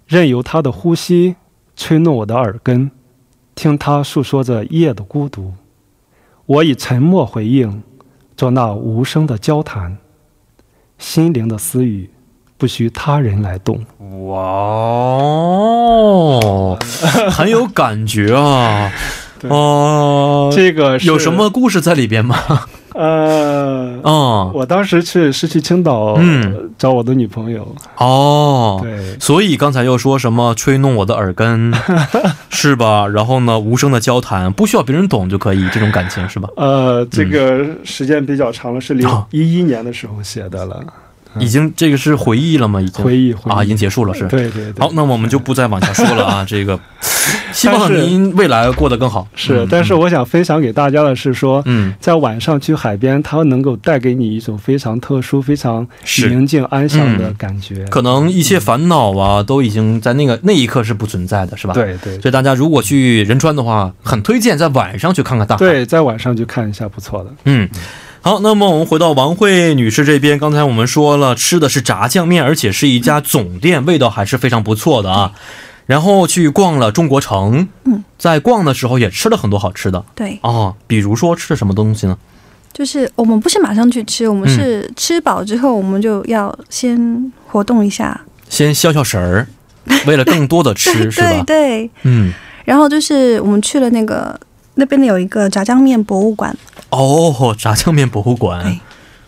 S3: 任由它的呼吸吹弄我的耳根，听它诉说着夜的孤独。我以沉默回应，做那无声的交谈，心灵的私语，不需他人来动。
S2: 哇哦，很有感觉啊！
S3: 对
S2: 哦、
S3: 这个是
S2: 有什？么故事在里边吗？
S3: 呃，
S2: 嗯，
S3: 我当时去是去青岛，
S2: 嗯
S3: 找我的女朋友，
S2: 哦，
S3: 对。
S2: 所以刚才又说什么吹弄我的耳 根，是吧？然后呢，无声的交谈，不需要别人懂就可以，这种感情是吧？嗯
S3: 呃，这个时间比较长了，是零
S2: 啊
S3: 一一年的时候写的了。
S2: 已经这个是回忆了吗？已经
S3: 嗯回忆回忆
S2: 啊，已经结束了是。
S3: 对对对
S2: 好，，那我们就不再往下说了啊。这个，希
S3: 但
S2: 望
S3: 是
S2: 您未来过得更好。
S3: 是
S2: 嗯。
S3: 但是我想分享给大家的是说，
S2: 嗯，
S3: 在晚上去海边，它能够带给你一种非常特殊、非常
S2: 是嗯
S3: 宁静安详的感觉。
S2: 可能一
S4: 嗯
S2: 切烦恼啊，都已经在那个那一刻是不存在的，是吧？。
S3: 对对
S2: 所以大家如果去仁川的话，很推荐在晚上去看看大海。，
S3: 对，在晚上去看一下，不错的。
S2: 嗯。好，那么我们回到王慧女士这边，刚才我们说了，吃的是炸酱面，而且是一家总店，味道还是非常不错的啊。然后去逛了中国城，
S4: 嗯，
S2: 在逛的时候也吃了很多好吃的
S4: 对，
S2: 哦，比如说吃的什么东西呢？
S4: 就是我们不是马上去吃，我们是
S2: 嗯
S4: 吃饱之后，我们就要先活动一下。
S2: 先消消食儿，为了更多的吃， 是
S4: 对
S2: 吧？
S4: 对，
S2: 嗯，
S4: 然后就是我们去了那个那边有一个炸酱面博物馆，
S2: 哦，炸酱面博物馆
S4: 对，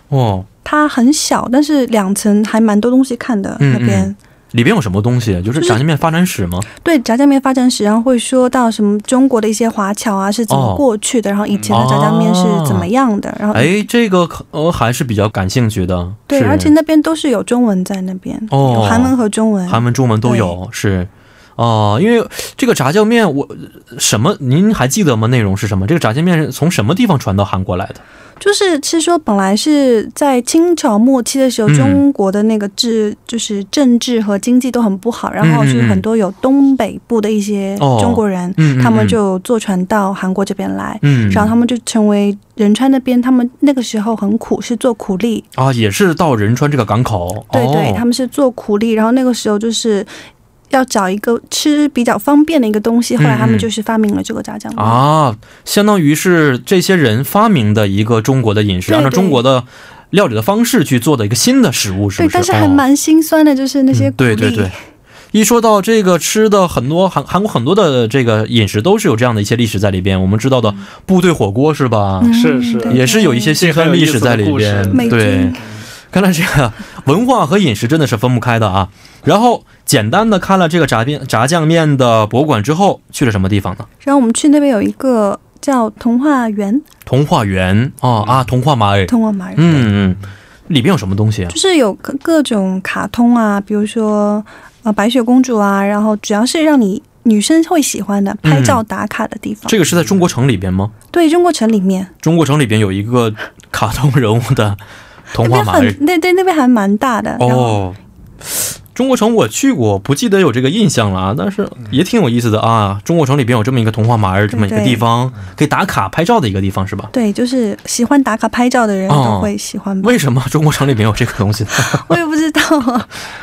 S2: 哦，
S4: 它很小，但是两层还蛮多东西看的。
S2: 嗯
S4: 那边、
S2: 里边有什么东西？就是
S4: 就是
S2: 炸酱面发展史吗？
S4: 对炸酱面发展史，然后会说到什么中国的一些华侨啊是怎么过去的，然后以前的炸酱面是怎么样的，然后
S2: 哦哎，这个可呃还是比较感兴趣的。
S4: 啊嗯对，
S2: 是
S4: 而且那边都是有中文在那边，
S2: 哦
S4: 有韩文和中文。
S2: 韩文、中文都有，是。哦，因为这个炸酱面我什么，您还记得吗？内容是什么？这个炸酱面是从什么地方传到韩国来的？
S4: 就是是说，本来是在清朝末期的时候，
S2: 嗯
S4: 中国的那个治就是政治和经济都很不好，然后是很多有东北部的一些
S2: 嗯哦
S4: 中国人，
S2: 嗯，嗯
S4: 他们就坐船到韩国这边来，
S2: 嗯，
S4: 然后他们就成为仁川那边，他们那个时候很苦，是做苦力，
S2: 啊，也是到仁川这个港口。
S4: 对对，
S2: 哦
S4: 他们是做苦力，然后那个时候就是要找一个吃比较方便的一个东西，后来他
S2: 嗯嗯
S4: 们就是发明了这个炸酱面。
S2: 啊，相当于是这些人发明的一个中国的饮食，
S4: 对
S2: 按照
S4: 对
S2: 中国的料理的方式去做的一个新的食物，是
S4: 对，
S2: 不是？
S4: 但是还
S2: 哦
S4: 蛮心酸的，就是那些
S2: 嗯
S4: 苦
S2: 对
S4: 力，
S2: 对对。一说到这个吃的，很多韩韩国很多的这个饮食都是有这样的一些历史在里边。我们知道的部队火锅是吧？
S4: 嗯
S3: 是是
S4: 对
S2: 也是有一些辛酸历史在里
S3: 这
S2: 边。
S4: 很有意思的故事
S2: 对
S4: 美，
S2: 看来这个文化和饮食真的是分不开的啊。然后简单的看了这个炸面炸酱面的博物馆之后，去了什么地方呢？
S4: 然后我们去那边有一个叫童话园，
S2: 童话园哦啊，童话马尔，
S4: 童话马园，
S2: 嗯嗯，里边有什么东西啊？
S4: 就是有各各种卡通啊，比如说呃白雪公主啊，然后只要是让你女生会喜欢的拍照打卡的地方，
S2: 这个是在中国城里边吗？
S4: 对中国城里面
S2: 中国城里边有一个卡通人物的童话
S4: 那边
S2: 马尔
S4: 很那对那边还蛮大的，然后
S2: 哦。中国城我去过，不记得有这个印象了啊，但是也挺有意思的啊。中国城里边有这么一个童话马儿这么一个
S4: 对对
S2: 地方，可以打卡拍照的一个地方是吧？
S4: 对，就是喜欢打卡拍照的人
S2: 哦
S4: 都会喜欢吧，
S2: 为什么中国城里边有这个东西 呢？
S4: 我也 不知道，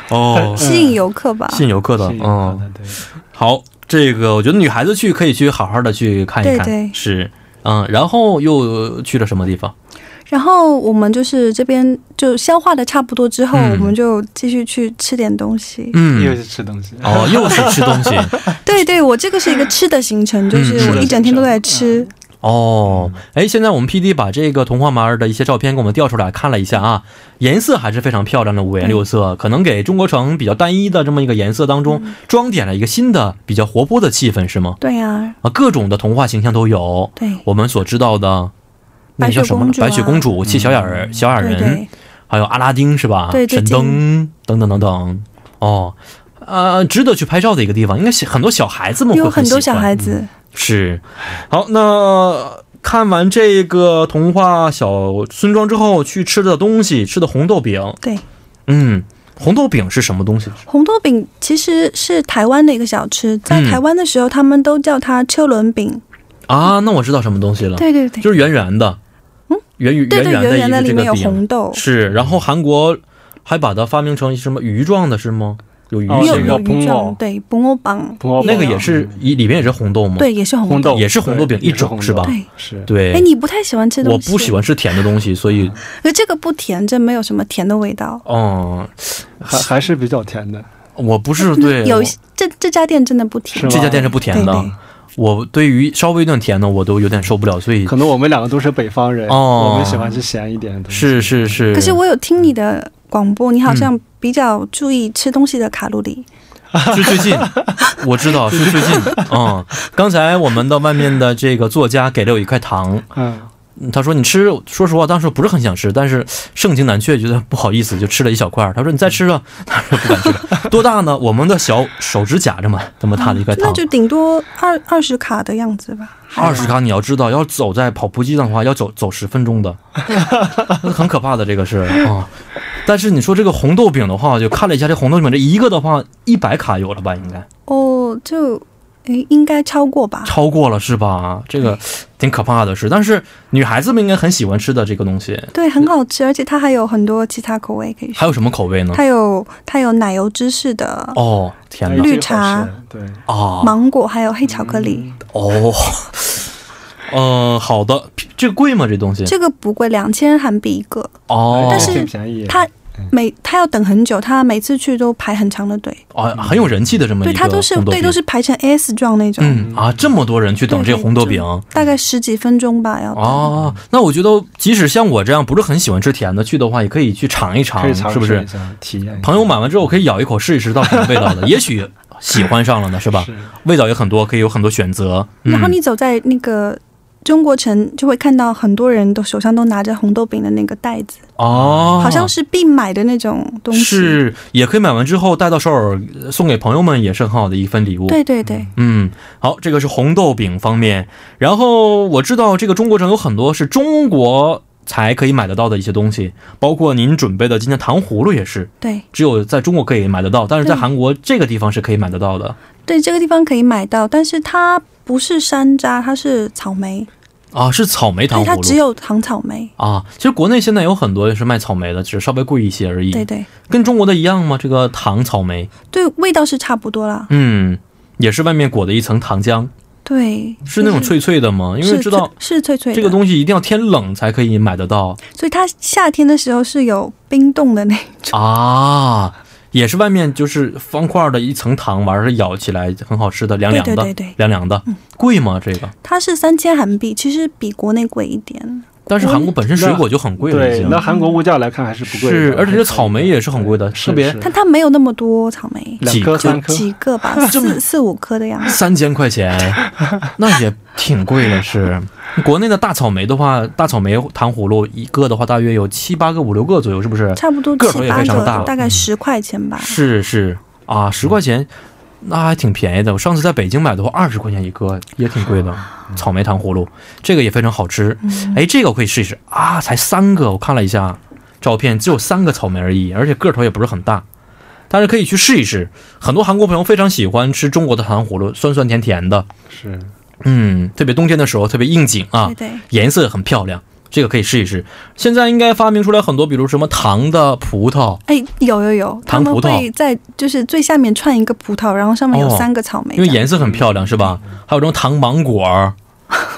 S2: 哦，
S4: 吸引游客吧。
S2: 吸引游客的，
S3: 是有
S2: 嗯，
S3: 的对。
S2: 好，这个我觉得女孩子去可以去好好的去看一看，
S4: 对对
S2: 是，嗯，然后又去了什么地方？
S4: 然后我们就是这边就消化的差不多之后，
S2: 嗯
S4: 我们就继续去吃点东西。
S2: 嗯，
S5: 又是吃东西，
S2: 哦，又是吃东西
S4: 对对，我这个 是一个吃的行程，就是
S2: 是嗯
S4: 我
S2: 的嗯
S4: 一整天都在吃。
S2: 哦。
S4: 嗯
S2: 哎，现在我们 P D 把这个童话马儿的一些照片给我们调出来看了一下啊，颜色还是非常漂亮的，五颜六
S4: 嗯
S2: 色，可能给中国城比较单一的这么一个颜色当中装点了一个新的、比较活泼的气氛，是吗？
S4: 对呀、
S2: 啊，各种的童话形象都有，
S4: 对
S2: 我们所知道的。那个叫什么了？白
S4: 白
S2: 雪
S4: 雪
S2: 公
S4: 公啊
S2: 主、七小矮人、小矮
S4: 嗯对
S2: 人，
S4: 对，
S2: 还有阿拉丁是吧？
S4: 对对
S2: 神灯等等等等。哦，呃，值得去拍照的一个地方，应该是很多嗯小孩子们会
S4: 有很
S2: 喜
S4: 多
S2: 欢
S4: 小孩子，
S2: 是。好，那看完这个童话小村庄之后，去吃的东西，吃的红豆饼。
S4: 对，
S2: 嗯，红豆饼是什么东西？
S4: 红豆饼其实是台湾的一个小吃，在
S2: 嗯
S4: 台湾的时候他们都叫它车轮饼。
S2: 啊，那我知道什么东西了，
S4: 对对对，
S2: 就是圆圆的，
S4: 嗯，
S2: 圆圆
S4: 对
S2: 圆
S4: 对，
S2: 圆的
S4: 圆圆
S2: 一
S4: 的
S2: 个
S4: 里
S2: 这个
S4: 面有
S2: 饼
S4: 红豆，
S2: 是，然后韩国还把它发明成什么鱼状的，是吗？有鱼
S3: 哦
S4: 有
S2: 形
S3: 是
S2: 的
S4: 有
S3: 个
S4: 鱼
S3: 蓬
S4: 状，
S3: 藕
S4: 对，蓬欧棒，
S3: 蓬欧棒
S2: 那个也是一里面也是红豆吗？
S4: 对，也是红
S3: 嗯红
S4: 豆。
S3: 豆
S2: 也是嗯红豆饼一种是吧
S4: 对，
S3: 是
S2: 对
S4: 哎，你不太喜欢吃东
S2: 我
S4: 西，
S2: 不喜欢吃甜的东西，所以
S4: 可这个不甜，这没有什么甜的味道。
S2: 嗯，
S3: 还还是比较甜的，
S2: 我不是对
S4: 有
S2: 我
S4: 一些这这家店真的不甜
S3: 是吗，
S2: 这家店是不甜
S4: 对
S2: 的
S4: 对，
S2: 我对于稍微有点甜的我都有点受不了，所以
S3: 可能我们两个都是北方人，
S2: 哦
S3: 我们喜欢吃咸一点的东西。
S2: 是是是。
S4: 可是我有听你的广播，你好像
S2: 嗯
S4: 比较注意吃东西的卡路里。
S2: 是最 近，我知道是最近。嗯，刚才我们的外面的这个作家给了我一块糖，
S3: 嗯，
S2: 嗯他说你吃，说实话，当时不是很想吃，但是盛情难却，觉得不好意思，就吃了一小块儿。他说你再吃啊，他说不敢吃了。多大呢？我们的小手指甲这么这么大的一块
S4: 那
S2: 糖，
S4: 就顶多二二十卡的样子吧。
S2: 二十卡。你要知道，要走在跑步机上的话，要走走十分钟的，很可怕的这个是啊、但是你说这个红豆饼的话，就看了一下这红豆饼，这一个的话一百卡有了吧？应该
S4: 哦，就诶应该超过吧？
S2: 超过了是吧？这个挺可怕的是，但是女孩子们应该很喜欢吃的这个东西，
S4: 对，很好吃，而且它还有很多其他口味可以
S2: 还
S4: 选。
S2: 有什么口味呢？
S4: 它有它有奶油芝士的
S2: 哦，天
S4: 绿
S2: 哪
S4: 绿茶
S3: 对，嗯
S2: 啊！
S4: 芒果，还有黑巧克力。
S2: 哦，呃，好的，这个贵吗？这东西？
S4: 这个不贵，两千韩币一个。
S2: 哦，
S4: 但是
S3: 挺便宜，
S4: 它
S2: 嗯
S4: 每它要等很久，它每次去都排很长的队。
S2: 啊，很有人气的这么一
S4: 对，
S2: 个
S4: 它都是
S2: 红豆
S4: 对
S2: 饼
S4: 都是排成 S 状那种，
S2: 嗯啊，这么多人去等这个红豆饼。
S4: 大概十几分钟吧，要等。
S2: 哦，那我觉得，即使像我这样不是很喜欢吃甜的，去的话也可以去尝一尝，
S3: 可以尝
S2: 是不
S3: 试一
S2: 是？
S3: 下体验一下。
S2: 朋友买完之后可以咬一口试一试到底什么味道 的，也许喜欢上了呢，是吧？
S3: 是
S2: 味道也很多，可以有很多选择。嗯、
S4: 然后你走在那个中国城，就会看到很多人都手上都拿着红豆饼的那个袋子，
S2: 哦，
S4: 好像是必买的那种东西。，
S2: 是也可以买完之后带到首尔呃送给朋友们，也是很好的一份礼物。
S4: 对对对，
S2: 嗯，好，这个是红豆饼方面。然后我知道这个中国城有很多是中国才可以买得到的一些东西，包括您准备的今天糖葫芦也是，
S4: 对
S2: 只有在中国可以买得到，但是在
S4: 对
S2: 韩国这个地方是可以买得到的
S4: 对，这个地方可以买到，但是它不是山楂，它是草莓，
S2: 啊，是草莓
S4: 所
S2: 糖
S4: 以它
S2: 葫
S4: 只
S2: 芦。
S4: 有糖草莓。
S2: 啊，其实国内现在有很多也是卖草莓的，只是稍微贵一些而已。
S4: 对对
S2: 跟中国的一样吗？这个糖草莓，
S4: 对，味道是差不多啦。
S2: 嗯，也是外面裹的一层糖浆，
S4: 对，
S2: 是那种
S4: 就是
S2: 脆脆的吗？因为
S4: 嗯是
S2: 知道
S4: 脆是脆脆的
S2: 这个东西一定要天冷才可以买得到。
S4: 所以它夏天的时候是有冰冻的那种。
S2: 啊，也是外面就是方块的一层糖，完了咬起来很好吃的，凉凉的，
S4: 对对对对
S2: 凉凉的，贵吗？这个？
S4: 它是三千韩币，其实比国内贵一点。
S2: 但是韩国本身水果就很贵了，已
S3: 对，
S2: 经
S3: 那。韩国物价来看还是不贵的，
S2: 是而且这
S3: 还可以
S2: 草莓也是很贵的
S3: 对是
S2: 特别
S3: 是
S4: 但它没有那么多草莓，
S3: 两
S2: 几颗
S3: 颗三颗，
S4: 几个 吧，四四五颗的样子。
S2: 三千块钱，那也挺贵了。是，国内的大草莓的话，大草莓糖葫芦一个的话，大约有七八个、五六个左右，是不是？
S4: 差不多
S2: 个
S4: 七
S2: 头也
S4: 八
S2: 非常
S4: 哎个，
S2: 大
S4: 大嗯概十块钱吧。
S2: 是是啊，十块钱，那还挺便宜的。我上次在北京买的话，二十块钱一个，也挺贵的。
S4: 啊
S2: 草莓糖葫芦，这个也非常好吃。
S4: 嗯
S2: 哎，这个我可以试一试啊！才三个，我看了一下照片，只有三个草莓而已，而且个头也不是很大。但是可以去试一试，很多韩国朋友非常喜欢吃中国的糖葫芦，酸酸甜甜的，
S3: 是
S2: 嗯，特别冬天的时候特别应景啊。
S4: 对对，
S2: 颜色很漂亮，这个可以试一试。现在应该发明出来很多，比如什么糖的葡萄，
S4: 哎，有有有，他
S2: 糖
S4: 们
S2: 葡萄
S4: 会在就是最下面串一个葡萄，然后上面有
S2: 哦
S4: 三个草莓
S2: 因
S4: 这
S2: 为
S4: 样，
S2: 颜色很漂亮，是吧？
S4: 嗯
S2: 还有这种糖芒果 儿、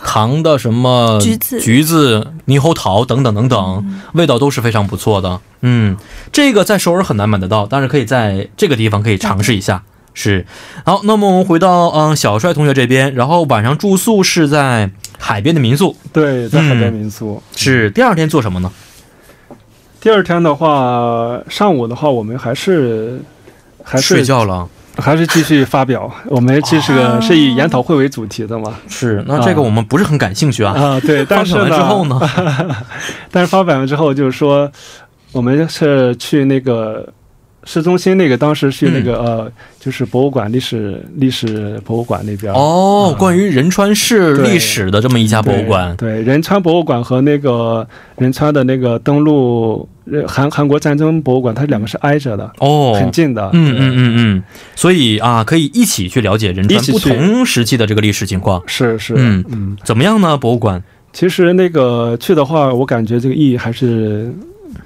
S2: 糖的什么
S4: 橘子嗯
S2: 橘子、猕猴桃等等等等，味道都是非常不错的。嗯，这个在首尔很难买得到，但是可以在这个地方可以尝试一下。是，好，那么我们回到嗯小帅同学这边，然后晚上住宿是在海边的民宿，
S3: 对，在海边
S2: 嗯
S3: 民宿。
S2: 是
S4: 嗯
S2: 第二天做什么呢？
S3: 第二天的话，上午的话，我们还是还
S2: 睡
S3: 是
S2: 觉哦了。
S3: 还是继续发表，我们这是个、是以研讨会为主题的嘛。
S2: 是，那这个我们不是很感兴趣啊。
S3: 啊，对，
S2: 发
S3: 但是
S2: 表
S3: 啊
S2: 完之后呢？
S3: 但是发表完之后，就是说，我们是去那个市中心那个，当时去那个、
S2: 嗯
S3: 呃，就是博物馆历史历史博物馆那边。
S2: 哦，关于仁川市
S3: 对
S2: 历史的这么一家
S3: 对，
S2: 博物馆，
S3: 对仁川博物馆和那个仁川的那个登陆呃韩韩国战争博物馆，它两个是挨着的，
S2: 哦，
S3: 很近的。
S2: 嗯
S3: 对
S2: 嗯，嗯嗯，所以啊，可以一起去了解仁
S3: 一
S2: 川
S3: 起去
S2: 不同时期的这个历史情况，
S3: 是是，
S2: 嗯
S3: 嗯。
S2: 怎么样呢？博物馆，
S3: 其实那个去的话，我感觉这个意义还是，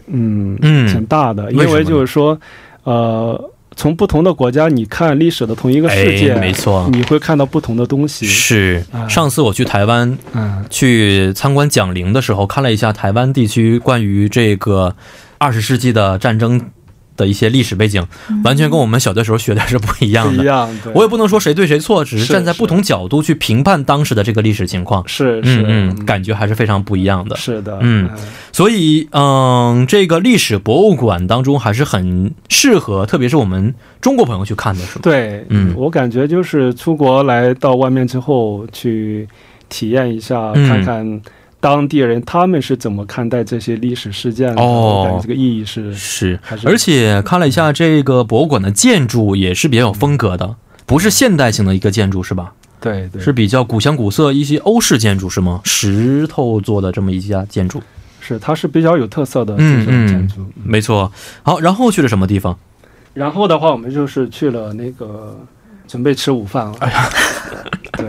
S3: 嗯，
S2: 嗯
S3: 挺大的，因
S2: 为什么
S3: 为
S2: 呢
S3: 就是说，呃，从不同的国家，你看历史的同一个世界，
S2: 哎，没错，
S3: 你会看到不同的东西。
S2: 是。
S3: 啊
S2: 上次我去台湾
S3: 嗯，
S2: 去参观蒋陵的时候，看了一下台湾地区关于这个二十世纪的战争的一些历史背景，
S3: 嗯
S2: 完全跟我们小的时候学的是不一
S3: 不
S2: 样
S3: 一
S2: 的。
S3: 样，对，
S2: 我也不能说谁对谁错，只是
S3: 是
S2: 站在不同角度去评判当时的这个历史情况。
S3: 是是
S2: 嗯嗯，感觉还是非常不一样的。
S3: 是的，
S2: 嗯所以，嗯，这个历史博物馆当中还是很适合，特别是我们中国朋友去看的，是吗？
S3: 对，
S2: 嗯
S3: 我感觉就是出国来到外面之后去体验一下，
S2: 嗯
S3: 看看当地人他们是怎么看待这些历史事件的？
S2: 哦
S3: 我感觉这个意义是
S2: 是
S3: 还，是
S2: 而且看了一下这个博物馆的建筑也是比较有风格的，不是现代型的一个建筑是吧？
S3: 对对
S2: 是比较古香古色一些欧式建筑是吗？石头做的这么一家建筑，
S3: 是，它是比较有特色的
S2: 嗯
S3: 这种建筑。
S2: 没错。好，然后去了什么地方？
S3: 然后的话，我们就是去了那个准备吃午饭了。
S2: 哎
S3: 对，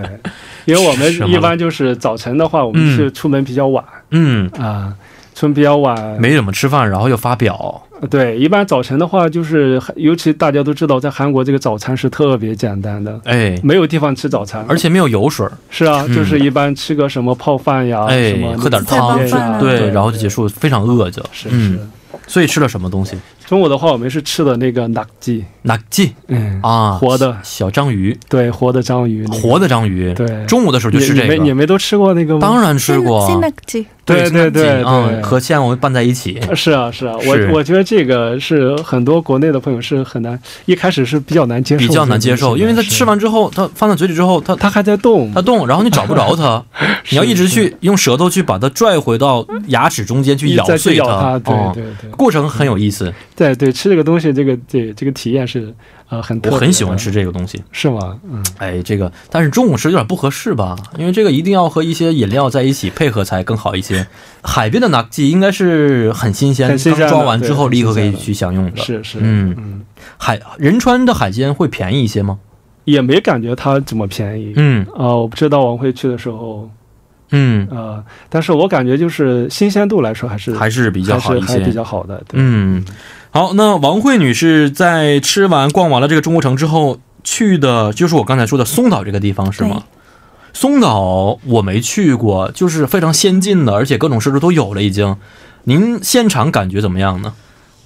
S3: 因为我
S2: 什
S3: 们
S2: 么了
S3: 一般就是早晨的话，我
S2: 嗯
S3: 们是出门比较晚
S2: 嗯，
S3: 啊，出门比较晚。
S2: 没怎么吃饭，然后又发表，
S3: 对，一般早晨的话，就是尤其大家都知道，在韩国这个早餐是特别简单的，
S2: 哎，
S3: 没有地方吃早餐，
S2: 而且没有油水，
S3: 是啊，
S2: 嗯
S3: 就是一般吃个什么泡饭呀，
S2: 哎
S3: 啊什么
S2: 喝点
S3: 菜
S4: 汤
S3: 面呀
S4: 啊
S2: 对，然后就结。束，非常饿就，
S3: 是是
S2: 嗯，，所以吃了什么东西？
S3: 中午的话，我们是吃的那个낙지，
S2: 낙지
S3: 嗯，
S2: 啊，
S3: 活的
S2: 小章鱼，
S3: 对，活的章鱼，那个
S2: 活的章鱼。
S3: 对，
S2: 中午的时候就
S3: 你
S2: 吃这
S3: 你们你
S2: 个，
S3: 们都吃过那个吗？
S2: 当然吃过。
S4: 辛纳吉，
S3: 对对对
S2: 嗯，
S3: 对
S2: 和虾我们拌在一起。
S3: 是啊，是啊，
S2: 是
S3: 我我觉得这个是很多国内的朋友是很难，一开始是比较难接受，
S2: 比较难接受，因为它吃，完之后，它放到嘴里之后，它
S3: 它还在动，
S2: 它动，然后你找不 着它，你要一直去用舌头去把它拽回到牙齿中间去
S3: 一
S2: 咬
S3: 再去
S2: 碎
S3: 咬它，对
S2: 哦，
S3: 对对
S2: 过程很有意思，
S3: 对对，吃这个东西，这个这这个体验是呃很特
S2: 我
S3: 别的
S2: 很喜欢，吃这个东西。
S3: 是吗？嗯，
S2: 哎，这个但是中午吃有点不合适吧，因为这个一定要和一些饮料在一起配合才更好一些。海边的纳吉应该是很新鲜，
S3: 很新鲜
S2: 刚
S3: 的
S2: 抓完之后
S3: 对
S2: 立刻可以
S3: 很新鲜的
S2: 去享用的。
S3: 是是，
S2: 嗯
S3: 嗯，
S2: 海仁川的海鲜会便宜一些吗？
S3: 也没感觉它怎么便宜。
S2: 嗯
S3: 啊，我不知道王慧去的时候，
S2: 嗯，
S3: 呃，但是我感觉就是新鲜度来说还是
S2: 还是比较好一
S3: 还是还
S2: 些
S3: 比。较好的。对，
S2: 嗯，好，那王慧女士在吃完逛完了这个中国城之后，去的就是我刚才说的松岛这个地方是吗？松岛我没去过，就是非常先进的，而且各种设施都有了已经。您现场感觉怎么样呢？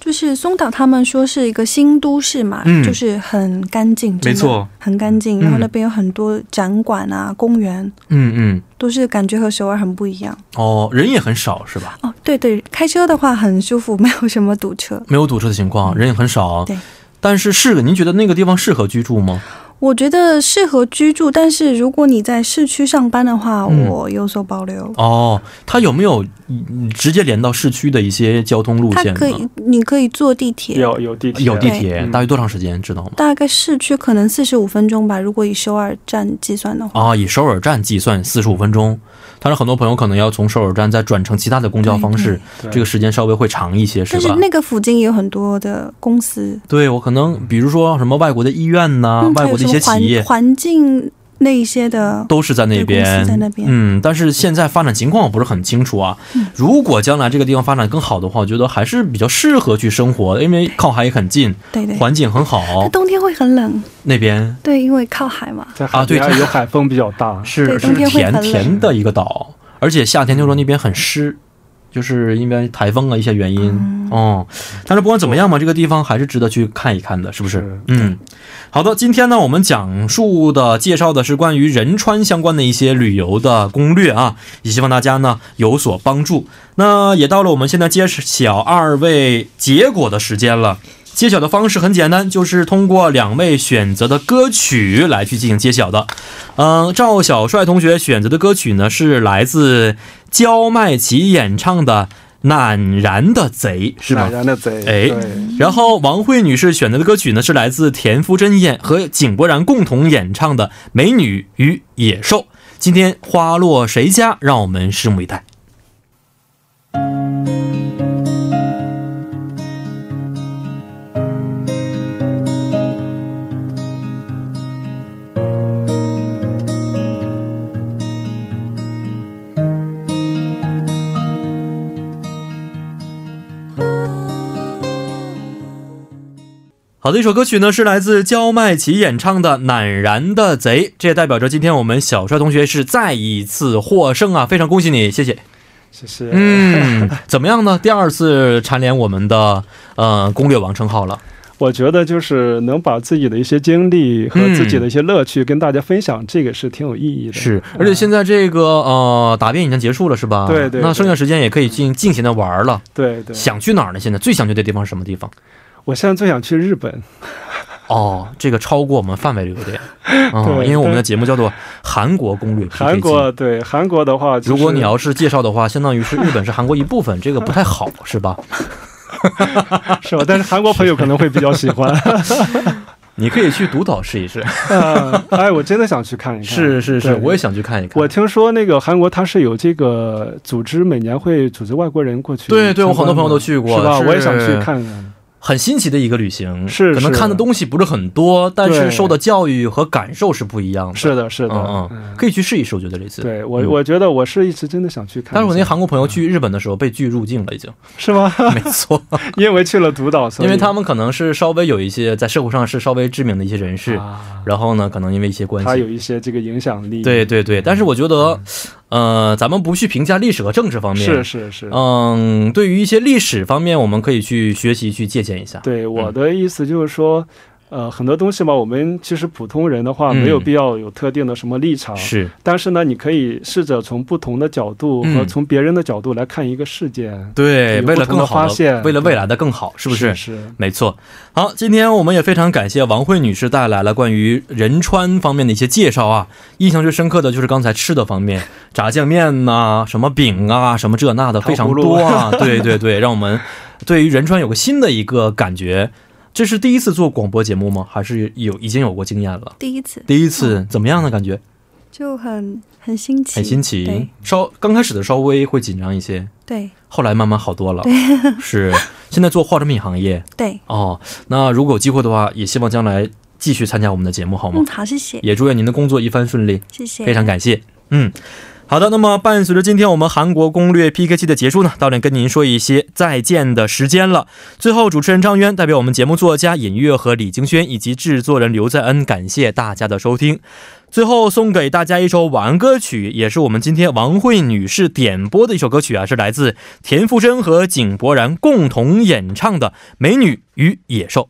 S4: 就是松岛他们说是一个新都市嘛，
S2: 嗯
S4: 就是很干净，真的
S2: 没错，
S4: 很干净。然后
S2: 嗯
S4: 那边有很多展馆啊、公园，
S2: 嗯嗯，
S4: 都是感觉和首尔很不一样。
S2: 哦，人也很少是吧？
S4: 哦，对对，开车的话很舒服，没有什么堵车。
S2: 没有堵车的情况，人也很少。
S4: 对，
S2: 但是是您觉得那个地方适合居住吗？
S4: 我觉得适合居住，但是如果你在市区上班的话，
S2: 嗯
S4: 我有所保留。
S2: 哦，它有没有嗯直接连到市区的一些交通路
S4: 它
S2: 线呢？
S4: 可以，你可以坐地铁，
S3: 有有地铁，
S2: 有地
S4: 对
S2: 铁，
S3: 嗯
S2: 大约多长时间？知道吗？
S4: 大概市区可能四十五分钟吧，如果以首尔站计算的话。
S2: 啊，以首尔站计算四十五分钟，但是很多朋友可能要从首尔站再转乘其他的公交方式，
S3: 对
S2: 这个时间稍微会长一些，是
S4: 嗯但是
S2: 吧？
S4: 那个附近也有很多的公司，
S2: 对我可能比如说什么外国的医院呐、
S4: 嗯，
S2: 外
S4: 还有
S2: 啊国的
S4: 什
S2: 一
S4: 么
S2: 些企业
S4: 环环境那一些的，
S2: 都是在那
S4: 对公
S2: 边，
S4: 司在那边嗯
S2: 嗯，但是现在发展情况我不是很清楚啊。如果将来这个地方发展更好的话，我觉得还是比较适合去生活，因为靠海也很近，
S4: 对对。
S2: 环境很
S4: 它
S2: 好，
S4: 冬天会很冷，
S2: 那边
S4: 对，因为靠海嘛。
S3: 在海
S2: 啊对
S3: 边有海风比较大，
S2: 是
S4: 对
S2: 是
S4: 冬天会
S2: 甜
S4: 很冷
S2: 甜的一个岛，而且夏天就说那边很湿，就是因为台风啊一些原因。
S4: 嗯
S2: 哦、但是不管怎么样嘛，这个地方还是值得去看一看的，是不是？
S3: 是
S2: 嗯，好的，今天呢，我们讲述的介绍的是关于仁川相关的一些旅游的攻略啊，也希望大家呢有所帮助。那也到了我们现在揭晓二位结果的时间了。揭晓的方式很简单，就是通过两位选择的歌曲来去进行揭晓的。嗯，赵小帅同学选择的歌曲呢是来自焦迈奇演唱的《赧然的贼》， 是
S3: 奶
S2: 吧？
S3: 然的贼，
S2: 哎
S3: 对
S2: 然后王慧女士选择的歌曲呢是来自田馥甄演和井柏然共同演唱的《美女与野兽》。今天花落谁家？让我们拭目以待。好的，一首歌曲呢是来自焦迈奇演唱的《赧然的贼》，这也代表着今天我们小帅同学是再一次获胜啊！非常恭喜你，谢谢。
S3: 谢谢，
S2: 嗯，怎么样呢？第二次蝉联我们的呃攻略王称号了。
S3: 我觉得就是能把自己的一些经历和自己的一些乐趣跟大家分享，这个是挺有意义的。
S2: 是，而且现在这个呃答辩已经结束了，是吧？
S3: 对对
S2: 那剩下时间也可以尽尽情的玩了。
S3: 对对，
S2: 想去哪儿呢？现在最想去的地方是什么地方？
S3: 我现在最想去日本，
S2: 哦，这个超过我们范围了有 点，哦，
S3: 对
S2: 因为我们的节目叫做《韩国攻略 PK 机》。
S3: 韩国对韩国的话、就是，
S2: 如果你要是介绍的话，相当于是日本是韩国一部分，这个不太好，是 吧？
S3: 是吧？但是韩国朋友可能会比较 喜欢。
S2: 你可以去独岛试一试。
S3: 嗯哎，我真的想去看一看。
S2: 是是是，
S3: 对
S2: 我也想去看一看。
S3: 我听说那个韩国它是有这个组织，每年会组织外国人过去参观
S2: 对
S3: 的。
S2: 对，我很多朋友都去过，
S3: 是吧？
S2: 是嗯
S3: 我也想去，看看。
S2: 很新奇的一个旅行。
S3: 是
S2: 可能
S3: 是
S2: 看的东西不是很多，但是
S3: 对
S2: 受的教育和感受是不一样的。
S3: 是的，是的，
S2: 嗯嗯，
S3: 嗯
S2: 可以去试一试，我觉得这次。。
S3: 对我
S2: 嗯
S3: 我觉得我是一直真的想去看一下。
S2: 但是我那韩国朋友去日本的时候被拒入境了，已经
S3: 是吗？
S2: 没错，
S3: 因为去了独岛，所以
S2: 因为他们可能是稍微有一些在社会上是稍微知名的一些人士，
S3: 啊
S2: 然后呢，可能因为一些关
S3: 他
S2: 系，
S3: 有一些这个影响力。
S2: 对，对对。但是我觉得，呃，咱们不去评价历史和政治方面，
S3: 是是是。
S2: 嗯，对于一些历史方面，我们可以去学习、去借鉴一下。
S3: 对，我的意思就是说，呃，很多东西嘛，我们其实普通人的话，没有
S2: 嗯
S3: 必要有特定的什么立场。
S2: 是，
S3: 但是呢，你可以试着从不同的角度
S2: 嗯
S3: 和从别人的角度来看一个事件，
S2: 对，
S3: 有
S2: 为了
S3: 不同的
S2: 更好
S3: 发现
S2: 为了
S3: 对
S2: 未来的更好，是不是？
S3: 是是
S2: 没错。好，今天我们也非常感谢王慧女士带来了关于仁川方面的一些介绍啊。印象最深刻的就是刚才吃的方面，炸酱面呐、什么饼啊，什么这那的非常多 啊。对对对，让我们对于仁川有个新的一个感觉。这是第一次做广播节目吗？还是有已经有过经验了？
S4: 第一次
S2: 第一
S3: 嗯
S2: 次怎么样的感觉？
S4: 就很很新奇，
S2: 很新
S4: 对
S2: 奇，稍刚开始的稍微会紧张一些，
S4: 对
S2: 后来慢慢好多了。 是，现在做化妆品行业
S4: 对，
S2: 哦。那如果有机会的话，也希望将来继续参加我们的节目，好吗？
S4: 嗯，好，谢谢，
S2: 也祝愿您的工作一帆顺利，
S4: 谢谢，
S2: 非常感谢。嗯，好的。那么伴随着今天我们韩国攻略 PK 期的结束呢，到这里跟您说一些再见的时间了。最后，主持人张渊代表我们节目作家尹月和李京轩以及制作人刘在恩，感谢大家的收听。最后送给大家一首晚安歌曲，也是我们今天王慧女士点播的一首歌曲啊，是来自田馥甄和井柏然共同演唱的《美女与野兽》。